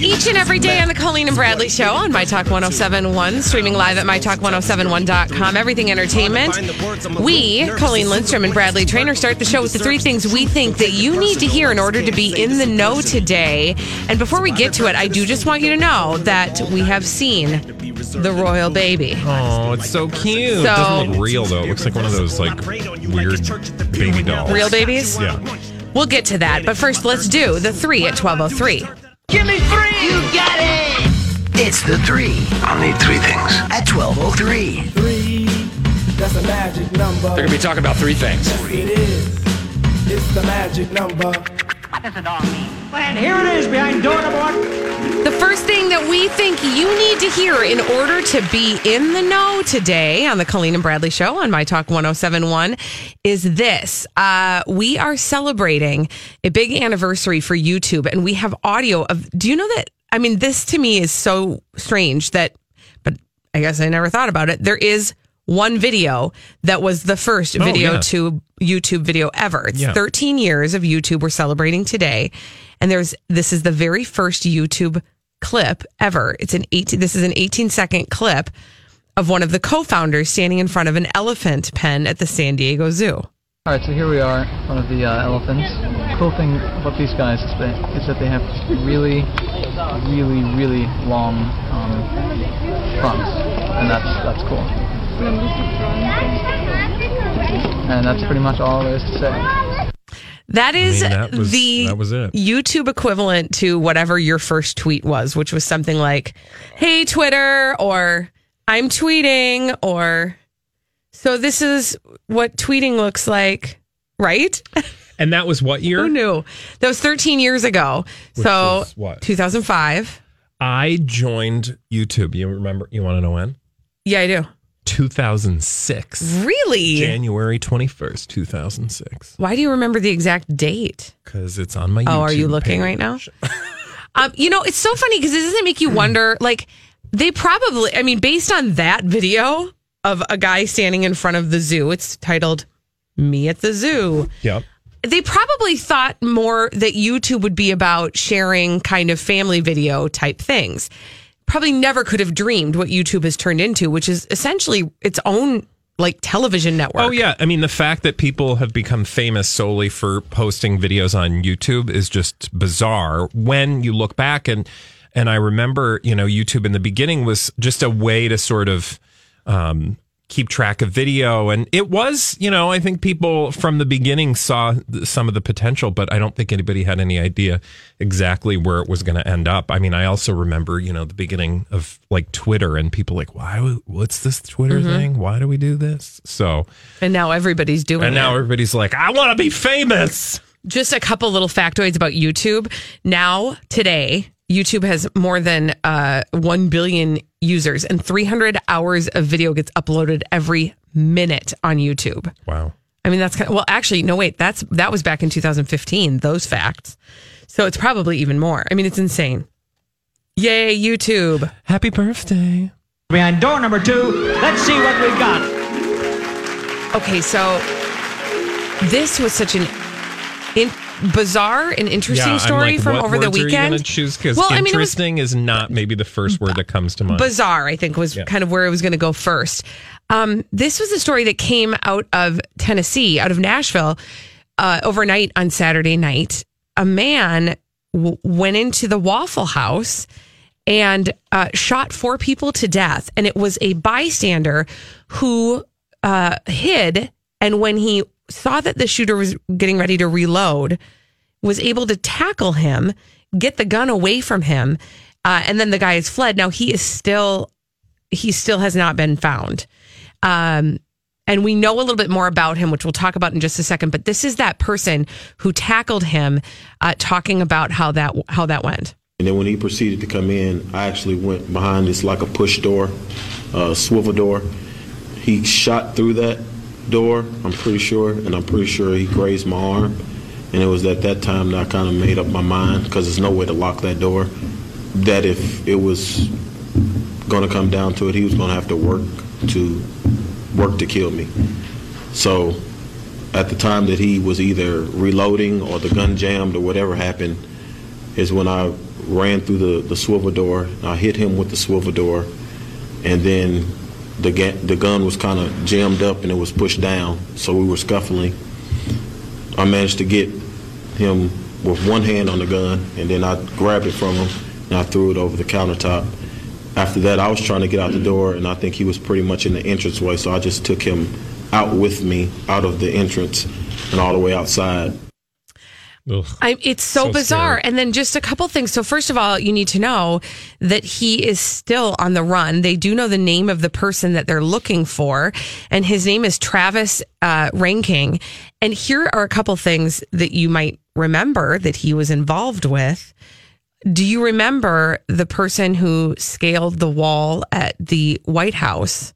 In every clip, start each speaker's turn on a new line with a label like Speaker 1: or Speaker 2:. Speaker 1: Each and every day on the Colleen and Bradley Show on My Talk 1071, streaming live at MyTalk1071.com, everything entertainment. We, Colleen Lindstrom and Bradley Trainer, start the show with the three things we think that you need to hear in order to be in the know today. And before we get to it, I do just want you to know that we have seen the royal baby.
Speaker 2: Oh, it's so cute.
Speaker 1: So-
Speaker 2: it doesn't look real though. It looks like one of those like weird baby dolls.
Speaker 1: Real babies?
Speaker 2: Yeah.
Speaker 1: We'll get to that. But first, let's do the three at 1203.
Speaker 3: Give me three! You got it! It's the three
Speaker 4: I'll need three things.
Speaker 3: at 1203.
Speaker 5: Three. That's a magic number.
Speaker 6: They're gonna be talking about three things.
Speaker 5: It is. It's the magic number.
Speaker 1: The first thing that we think you need to hear in order to be in the know today on the Colleen and Bradley Show on My Talk 1071 is this. Uh, we are celebrating a big anniversary for YouTube, and we have audio of. Do you know that? I mean, this to me is so strange that, but I guess I never thought about it. There is one video that was the first video
Speaker 2: yeah.
Speaker 1: to YouTube video ever. It's
Speaker 2: Yeah.
Speaker 1: 13 years of YouTube we're celebrating today. And there's this is the very first YouTube clip ever. It's an 18 this is an 18 second clip of one of the co-founders standing in front of an elephant pen at the San Diego Zoo.
Speaker 7: All right, so here we are, one of the uh, elephants. Cool thing about these guys is that is that they have really, really, really long um, fronts, and that's that's cool. And that's pretty much all there is to say.
Speaker 1: That is
Speaker 2: mean, that was-
Speaker 1: the
Speaker 2: that was it.
Speaker 1: YouTube equivalent to whatever your first tweet was, which was something like, "Hey Twitter," or "I'm tweeting," or "So this is what tweeting looks like." Right?
Speaker 2: And that was what year?
Speaker 1: Who knew? That was 13 years ago. so
Speaker 2: was what?
Speaker 1: 2005.
Speaker 2: I joined YouTube. You remember? You want to know when?
Speaker 1: Yeah, I do.
Speaker 2: 2006,
Speaker 1: Really?
Speaker 2: January 21st, 2006.
Speaker 1: Why do you remember the exact date?
Speaker 2: Because it's on my.
Speaker 1: Oh, are you
Speaker 2: YouTube
Speaker 1: looking
Speaker 2: page.
Speaker 1: right now? Um, you know, it's so funny because it doesn't make
Speaker 2: Hmm.
Speaker 1: you wonder. Like, they probably, I mean, based on that video of a guy standing in front of the zoo, it's titled Me at the Zoo.
Speaker 2: Yep.
Speaker 1: They probably thought more that YouTube would be about sharing kind of family video type things. Probably never could have dreamed what YouTube has turned into, which is essentially its own like television network.
Speaker 2: Oh yeah, I mean the fact that people have become famous solely for posting videos on YouTube is just bizarre when you look back and and I remember, you know, YouTube in the beginning was just a way to sort of um keep track of video and it was, you know, I think people from the beginning saw th- some of the potential, but I don't think anybody had any idea exactly where it was going to end up. I mean, I also remember, you know, the beginning of like Twitter and people like, "Why what's this Twitter thing? Why do we do this?" So,
Speaker 1: And now everybody's doing
Speaker 2: and
Speaker 1: it.
Speaker 2: now everybody's like, I want to be famous.
Speaker 1: just a couple little factoids about YouTube. Now, today, YouTube has more than uh, 1 billion users and 300 hours of video gets uploaded every minute on YouTube.
Speaker 2: Wow.
Speaker 1: I mean, that's kind of, well, actually, no, wait, that's, that was back in 2015, those facts. So it's probably even more. I mean, it's insane. Yay, YouTube.
Speaker 2: Happy birthday.
Speaker 8: Behind door number two, let's see what we've got.
Speaker 1: Okay, so this was such an in, bizarre and interesting story from over the weekend.
Speaker 2: well,
Speaker 1: well, I mean, it was
Speaker 2: interesting is not maybe the first word that comes to mind.
Speaker 1: bizarre, I think, was kind of where it was going to go first. Um, this was a story that came out of Tennessee, out of Nashville, uh, overnight on Saturday night. A man w- went into the Waffle House and uh, shot four people to death. And it was a bystander who uh, hid. And when he saw that the shooter was getting ready to reload, was able to tackle him, get the gun away from him, uh, and then the guy has fled. Now he is still he still has not been found. Um, and we know a little bit more about him, which we'll talk about in just a second. But this is that person who tackled him, uh, talking about how that how that went.
Speaker 4: And then when he proceeded to come in, I actually went behind this like a push door, uh, swivel door. He shot through that door, I'm pretty sure, and I'm pretty sure he grazed my arm. And it was at that time that I kind of made up my mind, because there's no way to lock that door, that if it was going to come down to it, he was going to have to work to work to kill me. So at the time that he was either reloading or the gun jammed or whatever happened is when I ran through the, the swivel door. I hit him with the swivel door, and then the ga- the gun was kind of jammed up and it was pushed down. So we were scuffling. I managed to get him with one hand on the gun, and then I grabbed it from him and I threw it over the countertop. After that, I was trying to get out the door, and I think he was pretty much in the entranceway, so I just took him out with me out of the entrance and all the way outside.
Speaker 2: Ugh.
Speaker 1: I, it's so,
Speaker 2: So
Speaker 1: bizarre.
Speaker 2: scary.
Speaker 1: And then just a couple things. So first of all, you need to know that he is still on the run. They do know the name of the person that they're looking for, and his name is Travis uh, Ranking. And here are a couple things that you might remember that he was involved with. Do you remember the person who scaled the wall at the White House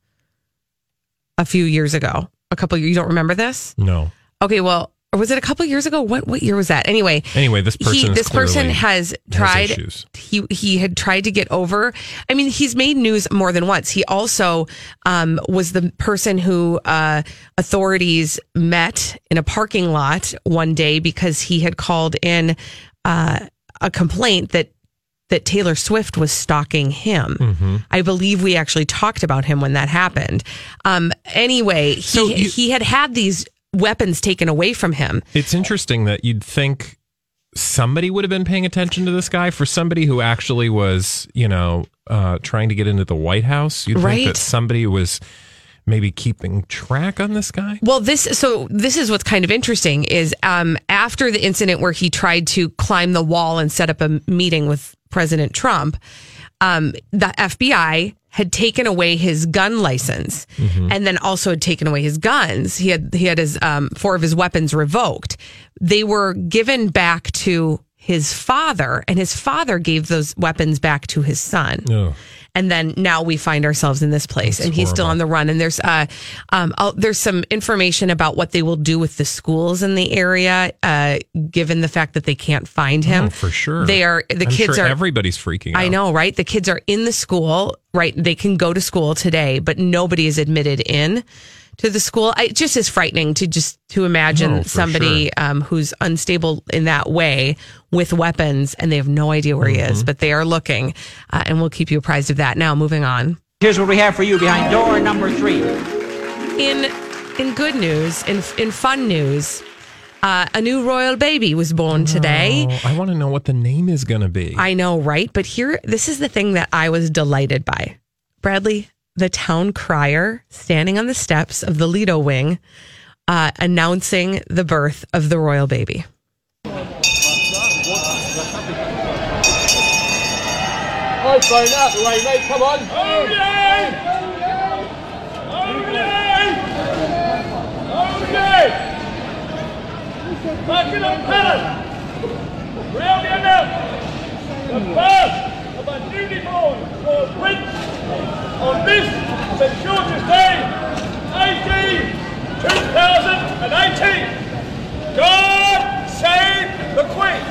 Speaker 1: a few years ago? A couple. You don't remember this?
Speaker 2: No.
Speaker 1: Okay, well, or was it a couple years ago? What what year was that? Anyway,
Speaker 2: Anyway, this person is
Speaker 1: this person
Speaker 2: clearly-
Speaker 1: has
Speaker 2: has
Speaker 1: tried
Speaker 2: issues.
Speaker 1: he he had tried to get over. I mean, he's made news more than once. He also um, was the person who uh, authorities met in a parking lot one day because he had called in uh, a complaint that that Taylor Swift was stalking him.
Speaker 2: Mm-hmm.
Speaker 1: I believe we actually talked about him when that happened. Um, anyway, he
Speaker 2: So you-
Speaker 1: he had had these weapons taken away from him.
Speaker 2: It's interesting that you'd think somebody would have been paying attention to this guy for somebody who actually was, you know, uh, trying to get into the White House. You'd
Speaker 1: Right.
Speaker 2: think that somebody was maybe keeping track on this guy.
Speaker 1: Well, this so this is what's kind of interesting is um, after the incident where he tried to climb the wall and set up a meeting with President Trump, um, the FBI had taken away his gun license and then also had taken away his guns. He had he had his um, four of his weapons revoked. They were given back to his father, and his father gave those weapons back to his son
Speaker 2: No.
Speaker 1: and then now we find ourselves in this place and he's still
Speaker 2: horrible.
Speaker 1: on the run and there's uh um i there's some information about what they will do with the schools in the area uh given the fact that they can't find him
Speaker 2: Oh, for sure.
Speaker 1: they are the
Speaker 2: I'm
Speaker 1: kids
Speaker 2: sure
Speaker 1: are
Speaker 2: everybody's freaking out.
Speaker 1: I know, right? The kids are in the school, right? They can go to school today, but nobody is admitted in to the school. I, it just is frightening to just to imagine
Speaker 2: No, for
Speaker 1: somebody
Speaker 2: sure.
Speaker 1: um, who's unstable in that way with weapons, and they have no idea where he
Speaker 2: Mm-hmm.
Speaker 1: is, but they are looking, uh, and we'll keep you apprised of that. Now, moving on.
Speaker 8: Here's what we have for you behind door number three.
Speaker 1: In in good news, in in fun news, uh, a new royal baby was born today.
Speaker 2: Oh, I want to know what the name is going to be.
Speaker 1: I know, right? But here, this is the thing that I was delighted by. Bradley, the town crier, standing on the steps of the Lido Wing, uh, announcing the birth of the royal baby.
Speaker 6: On this St. George's Day, 2018, God save the Queen!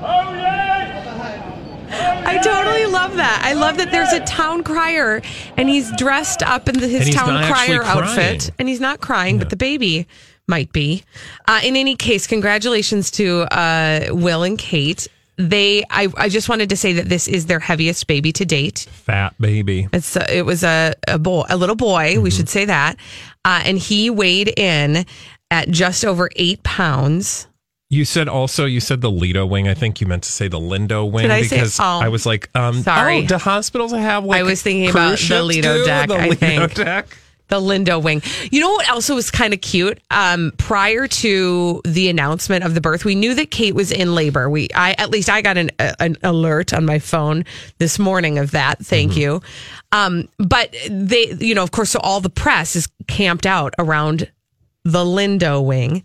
Speaker 6: Oh, yeah!
Speaker 1: I totally love that. I love that there's a town crier and he's dressed up in the, his
Speaker 2: And he's
Speaker 1: town
Speaker 2: not
Speaker 1: crier
Speaker 2: actually
Speaker 1: outfit
Speaker 2: crying.
Speaker 1: and he's not crying, but the baby might be. Uh, in any case, congratulations to uh, Will and Kate. They, I, I just wanted to say that this is their heaviest baby to date.
Speaker 2: Fat baby.
Speaker 1: It's a, it was a, a boy, a little boy. We should say that, uh, and he weighed in at just over eight pounds.
Speaker 2: You said also you said the Lido wing. I think you meant to say the Lindo wing
Speaker 1: Did I say-
Speaker 2: because
Speaker 1: oh,
Speaker 2: I was like, um,
Speaker 1: sorry.
Speaker 2: Oh, do hospitals have? Like
Speaker 1: I was thinking
Speaker 2: cruise
Speaker 1: about the
Speaker 2: ships
Speaker 1: Lido
Speaker 2: do?
Speaker 1: deck,
Speaker 2: The
Speaker 1: I
Speaker 2: Lido
Speaker 1: think.
Speaker 2: deck.
Speaker 1: The Lindo wing. You know what also was kind of cute? Um, prior to the announcement of the birth, we knew that Kate was in labor. We, I, at least I got an, a- an alert on my phone this morning of that. Thank
Speaker 2: Mm-hmm.
Speaker 1: you. Um, but they, you know, of course, so all the press is camped out around the Lindo wing.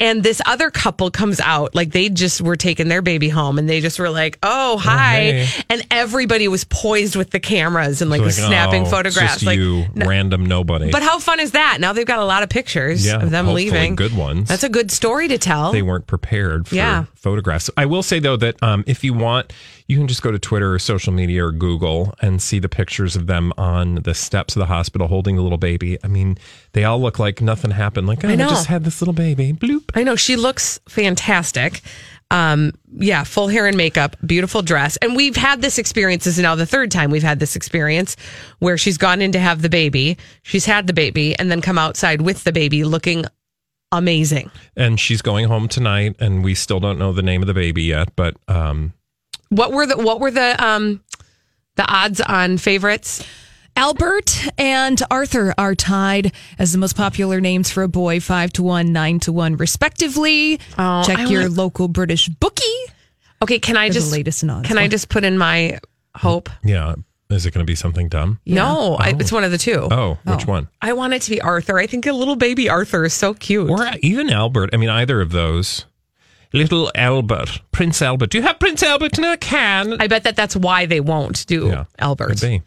Speaker 1: And this other couple comes out, like they just were taking their baby home and they just were like, oh, hi.
Speaker 2: hey.
Speaker 1: And everybody was poised with the cameras and like,
Speaker 2: Like,
Speaker 1: snapping
Speaker 2: oh, it's
Speaker 1: photographs.
Speaker 2: Just
Speaker 1: like,
Speaker 2: you, random nobody.
Speaker 1: but how fun is that? Now they've got a lot of pictures
Speaker 2: Yeah,
Speaker 1: of them
Speaker 2: hopefully
Speaker 1: leaving.
Speaker 2: good ones.
Speaker 1: That's a good story to tell.
Speaker 2: they weren't prepared for
Speaker 1: Oh. Yeah.
Speaker 2: photographs. I will say though that um, if you want, you can just go to Twitter or social media or Google and see the pictures of them on the steps of the hospital holding the little baby. I mean, they all look like nothing happened. Like oh, I,
Speaker 1: know.
Speaker 2: just had this little baby. Bloop.
Speaker 1: I know she looks fantastic. Um, yeah, full hair and makeup, beautiful dress. And we've had this experience. This is now the third time we've had this experience where she's gone in to have the baby. She's had the baby and then come outside with the baby looking amazing.
Speaker 2: And she's going home tonight, and we still don't know the name of the baby yet. But um,
Speaker 1: What were the what were the um the odds on favorites?
Speaker 9: Albert and Arthur are tied as the most popular names for a boy, five to one, nine to one, respectively.
Speaker 1: Oh,
Speaker 9: Check
Speaker 1: I
Speaker 9: your
Speaker 1: want-
Speaker 9: local British bookie.
Speaker 1: Okay, can I
Speaker 9: for the
Speaker 1: just
Speaker 9: latest and odds.
Speaker 1: can I just put in my hope?
Speaker 2: yeah, is it going to be something dumb?
Speaker 1: No, I, it's one of the two.
Speaker 2: Oh, which one?
Speaker 1: I want it to be Arthur. I think a little baby Arthur is so cute.
Speaker 2: Or even Albert. I mean, either of those. Little Albert, Prince Albert. Do you have Prince Albert in a can?
Speaker 1: I bet that that's why they won't do
Speaker 2: Yeah,
Speaker 1: Albert.
Speaker 2: Could be.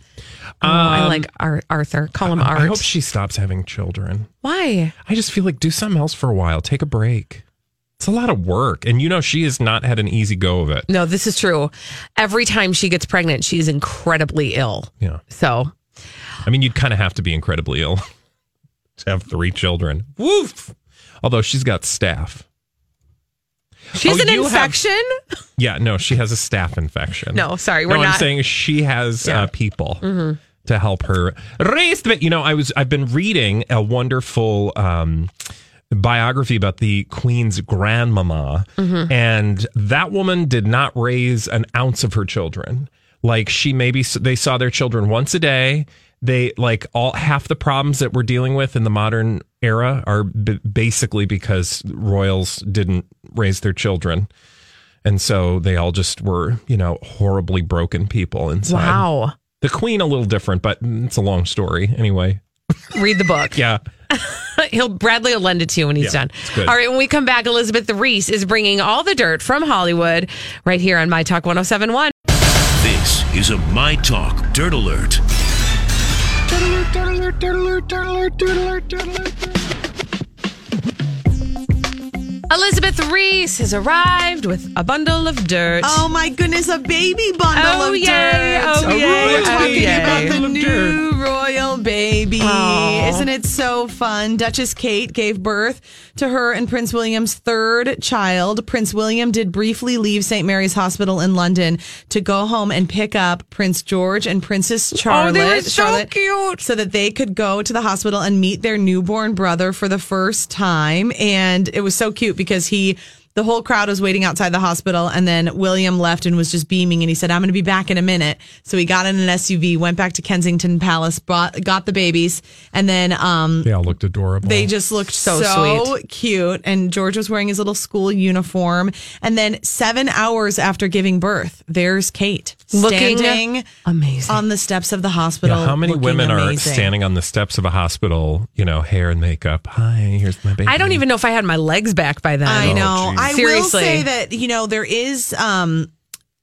Speaker 1: Oh, I like Ar- Arthur. Call him Art.
Speaker 2: I hope she stops having children.
Speaker 1: Why?
Speaker 2: I just feel like do something else for a while. Take a break. It's a lot of work. And you know, she has not had an easy go of it.
Speaker 1: No, this is true. Every time she gets pregnant, she's incredibly ill.
Speaker 2: Yeah.
Speaker 1: So,
Speaker 2: I mean, you'd kind of have to be incredibly ill to have three children. Woof. Although she's got staff.
Speaker 1: she has
Speaker 2: Oh,
Speaker 1: an
Speaker 2: you have-
Speaker 1: infection?
Speaker 2: Yeah, no, she has a staph infection.
Speaker 1: No, sorry, we're
Speaker 2: no,
Speaker 1: not- Mm-hmm.
Speaker 2: I'm saying she has uh, people to help her raise. But you know, I was I've been reading a wonderful um, biography about the Queen's grandmama, and that woman did not raise an ounce of her children. Like she maybe they saw their children once a day. They like all half the problems that we're dealing with in the modern era are b- basically because royals didn't raise their children. And so they all just were, you know, horribly broken people inside.
Speaker 1: Wow.
Speaker 2: The queen a little different, but it's a long story anyway.
Speaker 1: Read the book.
Speaker 2: Yeah.
Speaker 1: He'll Bradley will lend it to you when he's
Speaker 2: Yeah,
Speaker 1: done.
Speaker 2: it's good.
Speaker 1: All right, when we come back, Elizabeth Reese is bringing all the dirt from Hollywood right here on My Talk 1071.
Speaker 10: This is a My Talk Dirt Alert.
Speaker 1: Elizabeth Reese has arrived with a bundle of dirt.
Speaker 4: Oh my goodness, a baby bundle
Speaker 1: Oh,
Speaker 4: of
Speaker 1: yay.
Speaker 4: dirt.
Speaker 1: Oh,
Speaker 4: We're
Speaker 1: yay. Oh,
Speaker 4: talking
Speaker 1: yay.
Speaker 4: about
Speaker 2: Bundle
Speaker 4: the
Speaker 2: of
Speaker 4: new
Speaker 2: dirt.
Speaker 4: royal baby.
Speaker 1: Aw.
Speaker 4: Isn't it so fun? Duchess Kate gave birth to her and Prince William's third child. Prince William did briefly leave St. Mary's Hospital in London to go home and pick up Prince George and Princess Charlotte.
Speaker 1: Oh, they were so
Speaker 4: Charlotte,
Speaker 1: cute.
Speaker 4: So that they could go to the hospital and meet their newborn brother for the first time. And it was so cute because he, the whole crowd was waiting outside the hospital. And then William left and was just beaming. And he said, I'm going to be back in a minute. So he got in an SUV, went back to Kensington Palace, brought, got the babies. And then, um,
Speaker 2: They all looked adorable.
Speaker 4: they just looked
Speaker 1: So
Speaker 4: so, cute. And George was wearing his little school uniform. And then seven hours after giving birth, there's Kate
Speaker 1: Looking
Speaker 4: standing
Speaker 1: amazing.
Speaker 4: on the steps of the hospital.
Speaker 2: Yeah, how many
Speaker 4: looking
Speaker 2: women are
Speaker 4: amazing.
Speaker 2: standing on the steps of a hospital, you know, hair and makeup? Hi, here's my baby.
Speaker 1: I don't even know if I had my legs back by then.
Speaker 4: I know.
Speaker 2: geez.
Speaker 4: I will
Speaker 1: Seriously.
Speaker 4: say that you know there is. um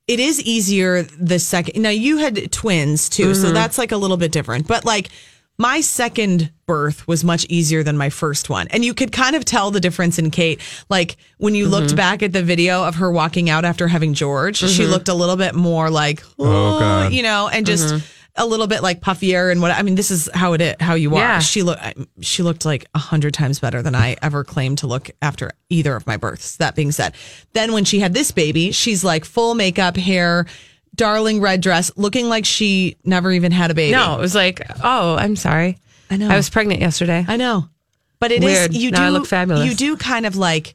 Speaker 4: it is easier the second. Now you had twins too, so that's like a little bit different. But like my second birth was much easier than my first one, and you could kind of tell the difference in Kate. Like when you looked back at the video of her walking out after having George, she looked a little bit more like, oh,
Speaker 2: God.
Speaker 4: you know, and just. A little bit like puffier and what I mean. This is how it is, how you are.
Speaker 1: Yeah.
Speaker 4: She looked she looked like a hundred times better than I ever claimed to look after either of my births. That being said, then when she had this baby, she's like full makeup, hair, darling red dress, looking like she never even had a baby.
Speaker 1: No, it was like, oh, I'm sorry.
Speaker 4: I know.
Speaker 1: I was pregnant yesterday.
Speaker 4: I know, but it is
Speaker 1: Weird.
Speaker 4: you
Speaker 1: Now I
Speaker 4: do
Speaker 1: look fabulous.
Speaker 4: You do kind of like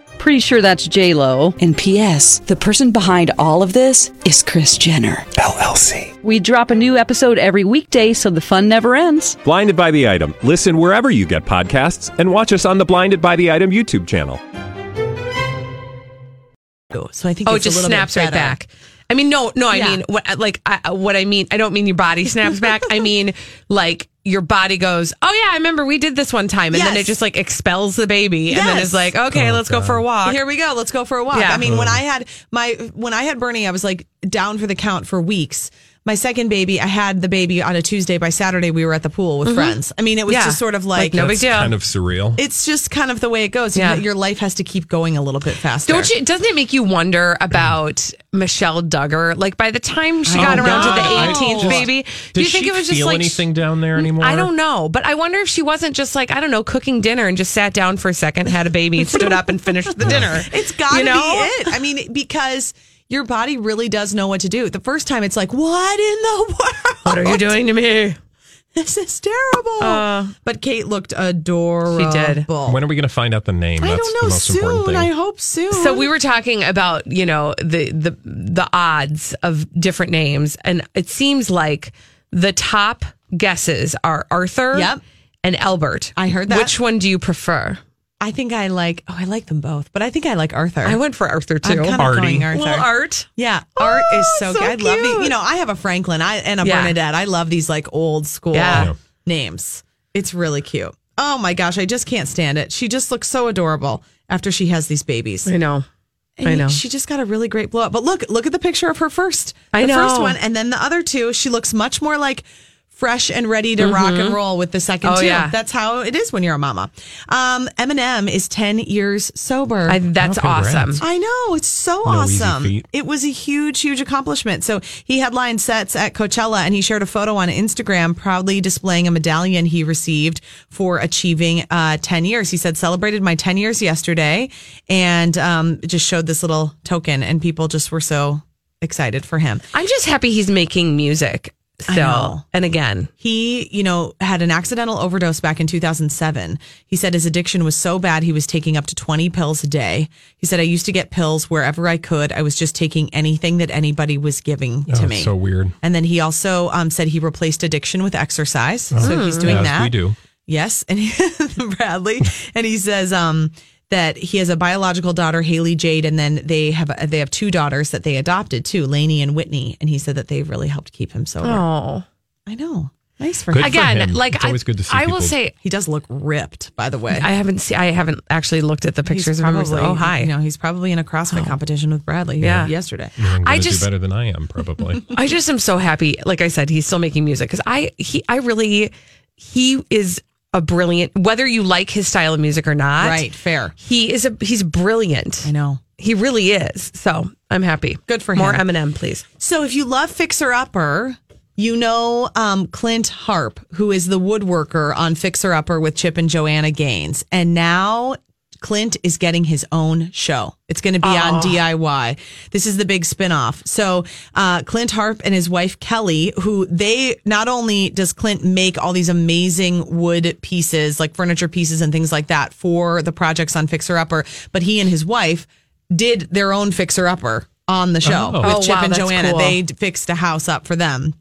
Speaker 4: Pretty sure that's J Lo.
Speaker 11: And P.S. The person behind all of this is Chris Jenner
Speaker 4: LLC. We drop a new episode every weekday, so the fun never ends.
Speaker 2: Blinded by the item. Listen wherever you get podcasts, and watch us on the Blinded by the Item YouTube channel.
Speaker 12: So I think
Speaker 1: oh, it
Speaker 12: it's
Speaker 1: just
Speaker 12: a little
Speaker 1: snaps
Speaker 12: bit
Speaker 1: right
Speaker 12: better.
Speaker 1: back. I mean, no, no. I
Speaker 12: Yeah.
Speaker 1: mean, what uh, like I, what I mean. I don't mean your body snaps back. I mean, like your body goes, oh yeah, I remember we did this one time, and then
Speaker 12: Yes.
Speaker 1: it just like expels the baby, and then
Speaker 12: Yes.
Speaker 1: it's like, okay,
Speaker 12: Oh,
Speaker 1: let's go for a walk.
Speaker 12: Here we go. Let's go for a walk.
Speaker 1: Yeah.
Speaker 12: I mean, when I had my when I had Bernie, I was like down for the count for weeks. My second baby, I had the baby on a Tuesday. By Saturday, we were at the pool with
Speaker 1: Mhm.
Speaker 12: friends. I mean, it was
Speaker 1: Yeah.
Speaker 12: just sort of like,
Speaker 1: no big
Speaker 2: That's
Speaker 1: deal.
Speaker 2: Kind of surreal.
Speaker 12: It's just kind of the way it goes.
Speaker 1: Yeah.
Speaker 12: Yeah. Your life has to keep going a little bit faster.
Speaker 1: Don't you? Doesn't it make you wonder about Michelle Duggar? Like by the time she
Speaker 2: Oh,
Speaker 1: got around
Speaker 2: God.
Speaker 1: to
Speaker 2: I
Speaker 1: the 18th
Speaker 2: just-
Speaker 1: baby, do
Speaker 2: Did
Speaker 1: you think
Speaker 2: she
Speaker 1: it was just
Speaker 2: feel
Speaker 1: like
Speaker 2: anything down there anymore?
Speaker 1: I don't know, but I wonder if she wasn't just like I don't know, cooking dinner and just sat down for a second, had a baby, stood up and finished the dinner.
Speaker 12: It's got to
Speaker 1: You know?
Speaker 12: be it. I mean, because your body really does know what to do. The first time, it's like, what in the world?
Speaker 1: What are you doing to me? Uh,
Speaker 12: This is terrible. but Kate looked adorable.
Speaker 1: She did.
Speaker 2: When are we going to find out the name?
Speaker 12: I
Speaker 2: That's
Speaker 12: don't
Speaker 2: the
Speaker 12: know.
Speaker 2: most important
Speaker 12: Soon.
Speaker 2: thing.
Speaker 12: I hope soon.
Speaker 1: So we were talking about you know the the the odds of different names, and it seems like the top guesses are Arthur,
Speaker 12: Yep.
Speaker 1: and Albert.
Speaker 12: I heard that.
Speaker 1: Which one do you prefer?
Speaker 12: I think I like. Oh, I like them both, but I think I like Arthur.
Speaker 1: I went for Arthur too.
Speaker 12: I'm kind of going Arthur.
Speaker 1: Well, Art. Oh,
Speaker 12: yeah, Art is so,
Speaker 1: so
Speaker 12: good. I love the.
Speaker 1: cute.
Speaker 12: You know, I have a Franklin I, and a
Speaker 1: Yeah.
Speaker 12: Bernadette. I love these like old school
Speaker 1: Yeah. Yeah.
Speaker 12: names. It's really cute. Oh my gosh, I just can't stand it. She just looks so adorable after she has these babies.
Speaker 1: I know. I
Speaker 12: And
Speaker 1: know.
Speaker 12: She just got a really great blow up. But look, look at the picture of her first.
Speaker 1: I
Speaker 12: the
Speaker 1: know.
Speaker 12: first one. And then the other two, she looks much more like fresh and ready to rock and roll with the second
Speaker 1: Oh,
Speaker 12: two.
Speaker 1: yeah.
Speaker 12: That's how it is when you're a mama. Um, Eminem is 10 years sober.
Speaker 1: I, that's
Speaker 2: Oh, congrats.
Speaker 1: awesome.
Speaker 12: I know. It's
Speaker 1: Oh,
Speaker 12: so
Speaker 2: No easy
Speaker 12: awesome.
Speaker 2: feat.
Speaker 12: It was a huge, huge accomplishment. So he headlined sets at Coachella and he shared a photo on Instagram proudly displaying a medallion he received for achieving uh, 10 years. He said, celebrated my 10 years yesterday and um, just showed this little token and people just were so excited for him.
Speaker 1: I'm just happy he's making music still.
Speaker 12: know.
Speaker 1: And again,
Speaker 12: He, you know, had an accidental overdose back in 2007. He said his addiction was so bad he was taking up to 20 pills a day. He said I used to get pills wherever I could. I was just taking anything that anybody was giving
Speaker 2: Oh,
Speaker 12: to
Speaker 2: it's
Speaker 12: me.
Speaker 2: so weird.
Speaker 12: And then he also um, said he replaced addiction with exercise. So he's doing
Speaker 2: Yes,
Speaker 12: that.
Speaker 2: Oh. we do.
Speaker 12: Yes, and he, Bradley, and he says um, that he has a biological daughter, Haley Jade, and then they have they have two daughters that they adopted too, Lainey and Whitney. And he said that they really helped keep him sober.
Speaker 1: oh,
Speaker 12: I know, nice for
Speaker 2: Good
Speaker 12: him.
Speaker 2: for
Speaker 1: again,
Speaker 2: him.
Speaker 1: like
Speaker 2: it's always
Speaker 1: I,
Speaker 2: good to see
Speaker 1: I will
Speaker 2: people-
Speaker 1: say,
Speaker 12: He does look ripped, by the way.
Speaker 1: I haven't see, I haven't actually looked at the pictures of him. recently. Oh, hi.
Speaker 12: You know, he's probably in a CrossFit competition with Bradley
Speaker 1: Yeah.
Speaker 12: yesterday.
Speaker 2: You're gonna
Speaker 1: I
Speaker 2: do
Speaker 1: just-
Speaker 2: better than I am probably.
Speaker 1: I just am so happy. Like I said, he's still making music because I he I really he is a brilliant. Whether you like his style of music or not,
Speaker 12: Right, fair.
Speaker 1: He is a he's brilliant.
Speaker 12: I know.
Speaker 1: He really is. So I'm happy.
Speaker 12: Good for
Speaker 1: More
Speaker 12: him.
Speaker 1: Eminem, please.
Speaker 12: So if you love Fixer Upper, you know um, Clint Harp, who is the woodworker on Fixer Upper with Chip and Joanna Gaines. And now Clint is getting his own show. It's going to be on DIY. This is the big spinoff. So uh, Clint Harp and his wife Kelly, who they not only does Clint make all these amazing wood pieces, like furniture pieces and things like that for the projects on Fixer Upper, but he and his wife did their own Fixer Upper on the show
Speaker 2: Oh.
Speaker 12: with
Speaker 1: Oh,
Speaker 12: Chip
Speaker 1: wow,
Speaker 12: and
Speaker 1: that's
Speaker 12: Joanna.
Speaker 1: cool.
Speaker 12: They d- fixed a house up for them.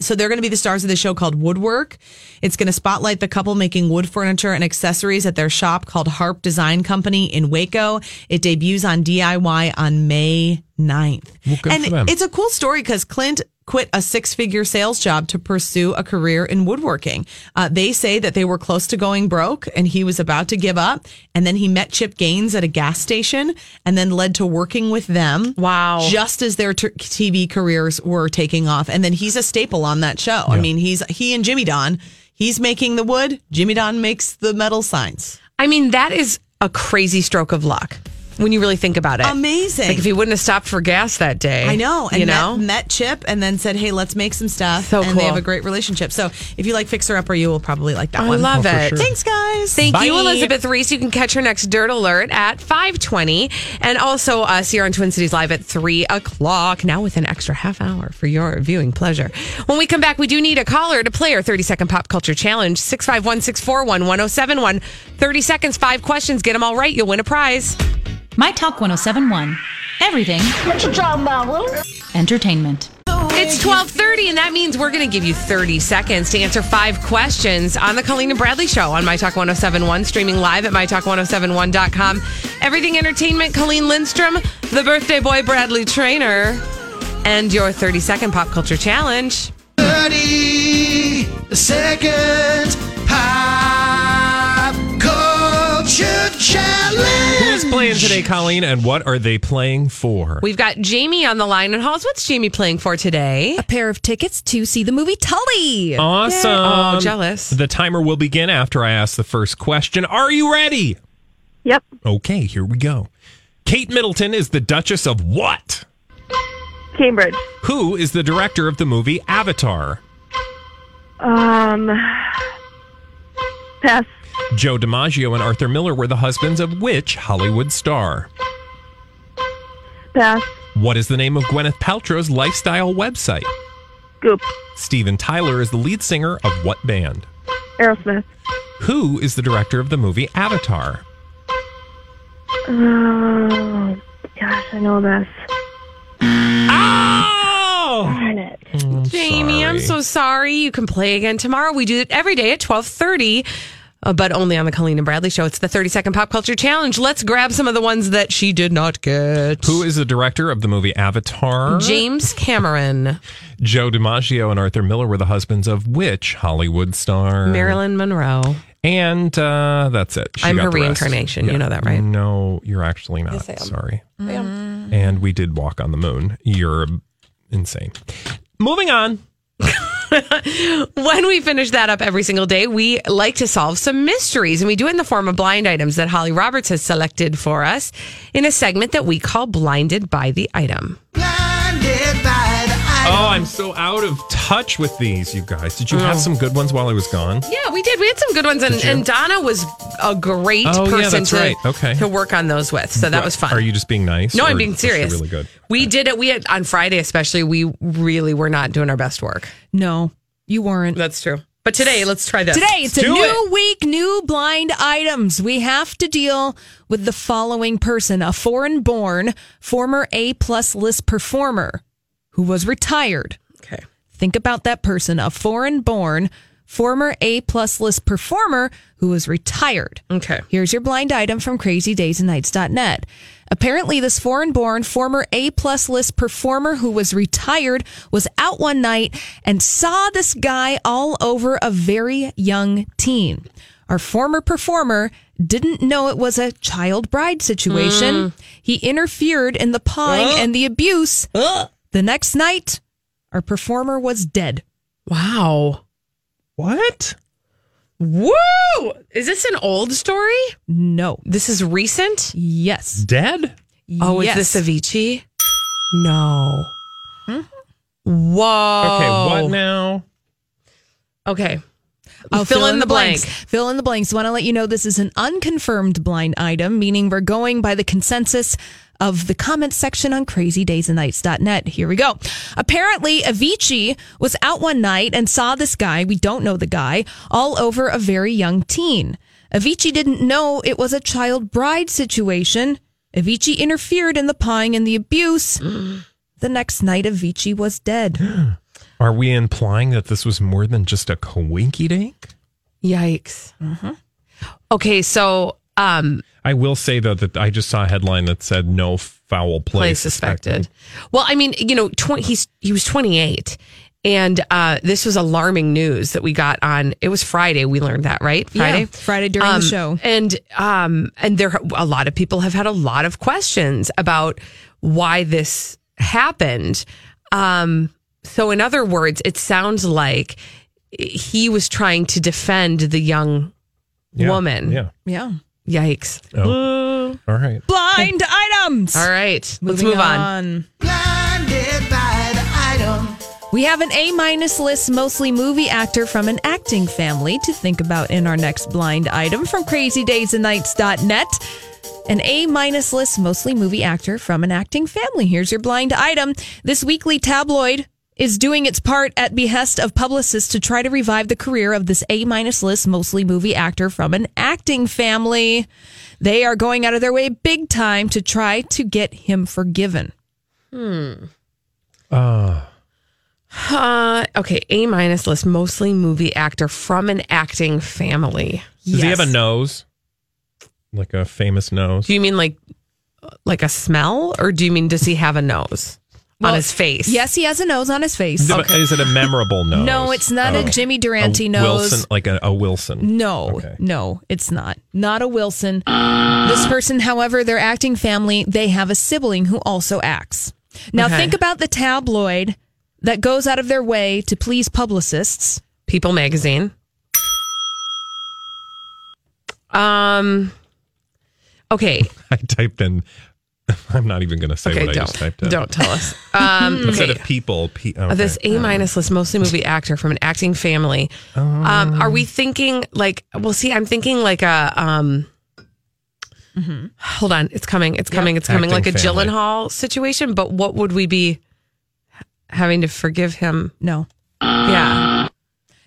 Speaker 12: So they're going to be the stars of the show called Woodwork. It's going to spotlight the couple making wood furniture and accessories at their shop called Harp Design Company in Waco. It debuts on DIY on May 9th.
Speaker 2: Well, good
Speaker 12: and
Speaker 2: for them.
Speaker 12: it's a cool story because Clint
Speaker 13: quit a six figure sales job to pursue a career in woodworking. Uh, they say that they were close to going broke and he was about to give up. And then he met Chip Gaines at a gas station and then led to working with them.
Speaker 1: Wow.
Speaker 13: Just as their t- TV careers were taking off. And then he's a staple on that show. I mean, he's he and Jimmy Don. He's making the wood. Jimmy Don makes the metal signs.
Speaker 1: I mean, that is a crazy stroke of luck when you really think about it.
Speaker 13: Amazing.
Speaker 1: Like if he wouldn't have stopped for gas that day.
Speaker 13: I know. And
Speaker 1: you know?
Speaker 13: Met, met Chip and then said, hey, let's make some stuff.
Speaker 1: So
Speaker 13: and
Speaker 1: cool.
Speaker 13: they have a great relationship. So if you like Fixer Upper, you will probably like that
Speaker 1: I
Speaker 13: one.
Speaker 1: love Oh, for it. sure.
Speaker 13: Thanks, guys.
Speaker 1: Thank you,
Speaker 13: Bye.
Speaker 1: Elizabeth Reese. You can catch her next Dirt Alert at 520 and also us here on Twin Cities Live at 3 o'clock, now with an extra half hour for your viewing pleasure. When we come back, we do need a caller to play our 30-second pop culture challenge, 651-641-1071. 30 seconds, five questions. Get them all right. You'll win a prize.
Speaker 14: My Talk 1071. Everything. What you talking about, Entertainment.
Speaker 1: It's 12:30 and that means we're going to give you 30 seconds to answer 5 questions on the Colleen and Bradley show on My Talk 1071 streaming live at mytalk1071.com. Everything Entertainment Colleen Lindstrom, the birthday boy Bradley Trainer, and your 30 second pop culture challenge.
Speaker 3: 30 seconds pop culture challenge.
Speaker 2: Who's playing today, Colleen, and what are they playing for?
Speaker 1: We've got Jamie on the line and Halls. What's Jamie playing for today?
Speaker 12: A pair of tickets to see the movie Tully.
Speaker 2: Awesome.
Speaker 1: Oh, jealous.
Speaker 2: The timer will begin after I ask the first question. Are you ready?
Speaker 15: Yep.
Speaker 2: Okay, here we go. Kate Middleton is the Duchess of what?
Speaker 15: Cambridge.
Speaker 2: Who is the director of the movie Avatar?
Speaker 15: Um, pass.
Speaker 2: Joe DiMaggio and Arthur Miller were the husbands of which Hollywood star?
Speaker 15: Pass.
Speaker 2: What is the name of Gwyneth Paltrow's lifestyle website?
Speaker 15: Goop.
Speaker 2: Steven Tyler is the lead singer of what band?
Speaker 15: Aerosmith.
Speaker 2: Who is the director of the movie Avatar?
Speaker 15: Oh, gosh, I know this.
Speaker 2: Ah!
Speaker 1: Oh,
Speaker 15: Darn it.
Speaker 1: Jamie, I'm so sorry. You can play again tomorrow. We do it every day at 12:30. uh, But only on the Colleen and Bradley show. It's the 30 second pop culture challenge. Let's grab some of the ones that she did not get.
Speaker 2: Who is the director of the movie Avatar?
Speaker 1: James Cameron,
Speaker 2: Joe DiMaggio and Arthur Miller were the husbands of which Hollywood star?
Speaker 1: Marilyn Monroe.
Speaker 2: And uh, that's it.
Speaker 1: I'm
Speaker 2: got
Speaker 1: her
Speaker 2: the rest.
Speaker 1: reincarnation. You know that, right? Mm.
Speaker 2: No, you're actually not.
Speaker 1: Yes, I am.
Speaker 2: Sorry. And we did walk on the moon. You're insane. Moving on.
Speaker 1: When we finish that up every single day, we like to solve some mysteries, and we do it in the form of blind items that Holly Roberts has selected for us in a segment that we call Blinded by the Item.
Speaker 3: Blinded by the eye.
Speaker 2: Oh, I'm so out of touch with these, you guys. Did you have
Speaker 1: Oh.
Speaker 2: some good ones while I was gone?
Speaker 1: Yeah, we did. We had some good ones, and,
Speaker 2: Did you?
Speaker 1: and Donna was a great
Speaker 2: Oh, yeah,
Speaker 1: person
Speaker 2: that's
Speaker 1: to,
Speaker 2: right. Okay.
Speaker 1: to work on those with. So that was fun.
Speaker 2: Are you just being nice?
Speaker 1: no,
Speaker 2: or
Speaker 1: I'm being
Speaker 2: was she
Speaker 1: serious.
Speaker 2: Really good.
Speaker 1: We did it. We had on Friday, especially. We really were not doing our best work.
Speaker 12: No, you weren't.
Speaker 1: That's true. But today, let's try this.
Speaker 12: Today, it's a
Speaker 1: Do
Speaker 12: new
Speaker 1: it.
Speaker 12: week, new blind items. We have to deal with the following person a foreign born, former A plus list performer who was retired.
Speaker 1: Okay.
Speaker 12: Think about that person a foreign born, former A plus list performer who was retired.
Speaker 1: Okay.
Speaker 12: Here's your blind item from crazydaysandnights.net. Apparently, this foreign born former A plus list performer who was retired was out one night and saw this guy all over a very young teen. Our former performer didn't know it was a child bride situation. He interfered in the pawing
Speaker 1: Hmm. Huh?
Speaker 12: and the abuse. The next night, our performer was dead.
Speaker 1: Wow.
Speaker 2: What?
Speaker 1: Woo! Is this an old story?
Speaker 12: No.
Speaker 1: This is recent?
Speaker 12: Yes.
Speaker 2: Dead?
Speaker 1: Oh,
Speaker 12: yes.
Speaker 1: is this Avicii? No. Whoa.
Speaker 2: Okay, what now?
Speaker 1: Okay.
Speaker 12: I'll
Speaker 1: fill, in, the blank.
Speaker 12: blanks. Fill in the blanks. Want to let you know this is an unconfirmed blind item, meaning we're going by the consensus of the comments section on crazydaysandnights.net. Here we go. Apparently, Avicii was out one night and saw this guy, we don't know the guy, all over a very young teen. Avicii didn't know it was a child bride situation. Avicii interfered in the pawing and the abuse.
Speaker 1: Mm.
Speaker 12: The next night, Avicii was dead.
Speaker 2: Are we implying that this was more than just a coinky dink?
Speaker 12: Mm-hmm.
Speaker 1: Yikes. Okay, so Um,
Speaker 2: I will say though that I just saw a headline that said no foul play,
Speaker 1: play suspected. Well, I mean, you know, 20, he's he was 28, and uh, this was alarming news that we got on. It was Friday. We learned that, right? Friday,
Speaker 12: Yeah, Friday during the
Speaker 1: Um,
Speaker 12: show.
Speaker 1: and um, and there a lot of people have had a lot of questions about why this happened. Um, so, in other words, it sounds like he was trying to defend the young
Speaker 2: Yeah,
Speaker 1: woman.
Speaker 2: yeah.
Speaker 12: Yeah.
Speaker 1: Yikes.
Speaker 2: Oh. All right.
Speaker 12: Blind items.
Speaker 1: All right. Let's move on.
Speaker 3: Blinded by the item.
Speaker 12: We have an A minus list, mostly movie actor from an acting family to think about in our next blind item from crazydaysandnights.net. An A minus list, mostly movie actor from an acting family. Here's your blind item. This weekly tabloid is doing its part at behest of publicists to try to revive the career of this A minus list, mostly movie actor from an acting family. They are going out of their way big time to try to get him forgiven.
Speaker 1: Hmm.
Speaker 2: Uh,
Speaker 1: Uh, okay. A minus list, mostly movie actor from an acting family.
Speaker 2: does he have a nose? Like a famous nose?
Speaker 1: Do you mean like like a smell, or do you mean does he have a nose on his face?
Speaker 12: Yes, he has a nose on his face.
Speaker 2: Is it- Is it a memorable nose?
Speaker 12: No, it's not a
Speaker 2: Oh.
Speaker 12: Jimmy Durante
Speaker 2: A
Speaker 12: nose.
Speaker 2: Wilson, like a, a Wilson.
Speaker 12: No, no, it's not. Not a Wilson. This person, however, their acting family, they have a sibling who also acts. Now,
Speaker 1: Okay.
Speaker 12: think about the tabloid that goes out of their way to please publicists.
Speaker 1: People magazine. Um. Okay.
Speaker 2: I typed in. I'm not even going to say
Speaker 1: Okay.
Speaker 2: what I just
Speaker 1: Don't
Speaker 2: typed in.
Speaker 1: don't tell us. Um.
Speaker 2: Instead
Speaker 1: okay.
Speaker 2: of people, pe-
Speaker 1: Uh,
Speaker 2: okay.
Speaker 1: This A minus list, mostly movie actor from an acting family.
Speaker 2: Oh.
Speaker 1: Um, are we thinking like? Well, see, I'm thinking like a. Um, Hold on, it's coming, it's coming, it's coming,
Speaker 2: Mm-hmm. Acting
Speaker 1: like a
Speaker 2: family.
Speaker 1: Gyllenhaal situation. But what would we be having to forgive him?
Speaker 12: No.
Speaker 1: Yeah.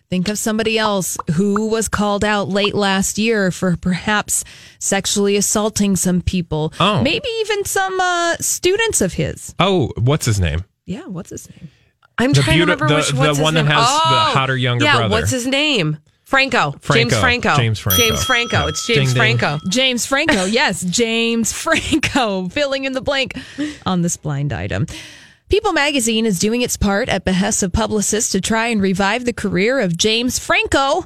Speaker 12: Think of somebody else who was called out late last year for perhaps sexually assaulting some people.
Speaker 2: Oh.
Speaker 12: Maybe even some uh, students of his.
Speaker 2: Oh, what's his name?
Speaker 12: Yeah, what's his name?
Speaker 1: I'm
Speaker 2: The
Speaker 1: trying
Speaker 2: beauti-
Speaker 1: to remember
Speaker 2: the-
Speaker 1: which
Speaker 2: the
Speaker 1: what's his
Speaker 2: one that
Speaker 1: name?
Speaker 2: has the
Speaker 1: Oh,
Speaker 2: hotter younger
Speaker 1: yeah,
Speaker 2: brother.
Speaker 1: what's his name? Franco. James
Speaker 2: Franco.
Speaker 1: Franco.
Speaker 2: James Franco.
Speaker 1: James Franco.
Speaker 2: Yeah.
Speaker 1: It's James
Speaker 2: Ding, ding.
Speaker 1: Franco.
Speaker 12: James Franco. Yes, James Franco filling in the blank on this blind item. People magazine is doing its part at behest of publicists to try and revive the career of James Franco.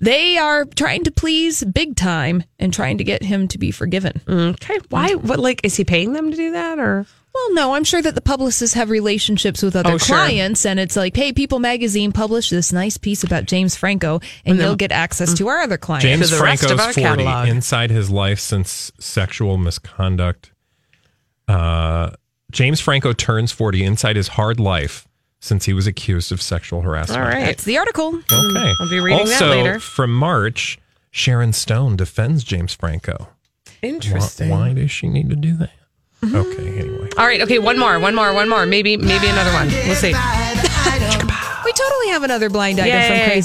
Speaker 12: They are trying to please big time and trying to get him to be forgiven.
Speaker 1: Okay. Why? What? Like, is he paying them to do that, or
Speaker 12: Well, no, I'm sure that the publicists have relationships with other
Speaker 1: Oh, sure.
Speaker 12: clients, and it's like, hey, People Magazine published this nice piece about James Franco, and you'll get access to our other clients.
Speaker 2: James
Speaker 1: To the rest
Speaker 2: Franco's
Speaker 1: of our
Speaker 2: 40
Speaker 1: catalog.
Speaker 2: inside his life since sexual misconduct. Uh, James Franco turns 40 inside his hard life since he was accused of sexual harassment.
Speaker 1: All right.
Speaker 12: That's the article.
Speaker 2: Okay.
Speaker 1: I'll be reading that
Speaker 2: also,
Speaker 1: later.
Speaker 2: from March, Sharon Stone defends James Franco.
Speaker 1: interesting?
Speaker 2: Why, why does she need to do that? Okay, anyway.
Speaker 1: Mm-hmm. All right. Okay. One more. One more. One more. Maybe. Maybe another one. We'll see.
Speaker 12: We totally have another blind item
Speaker 1: Yay.
Speaker 12: from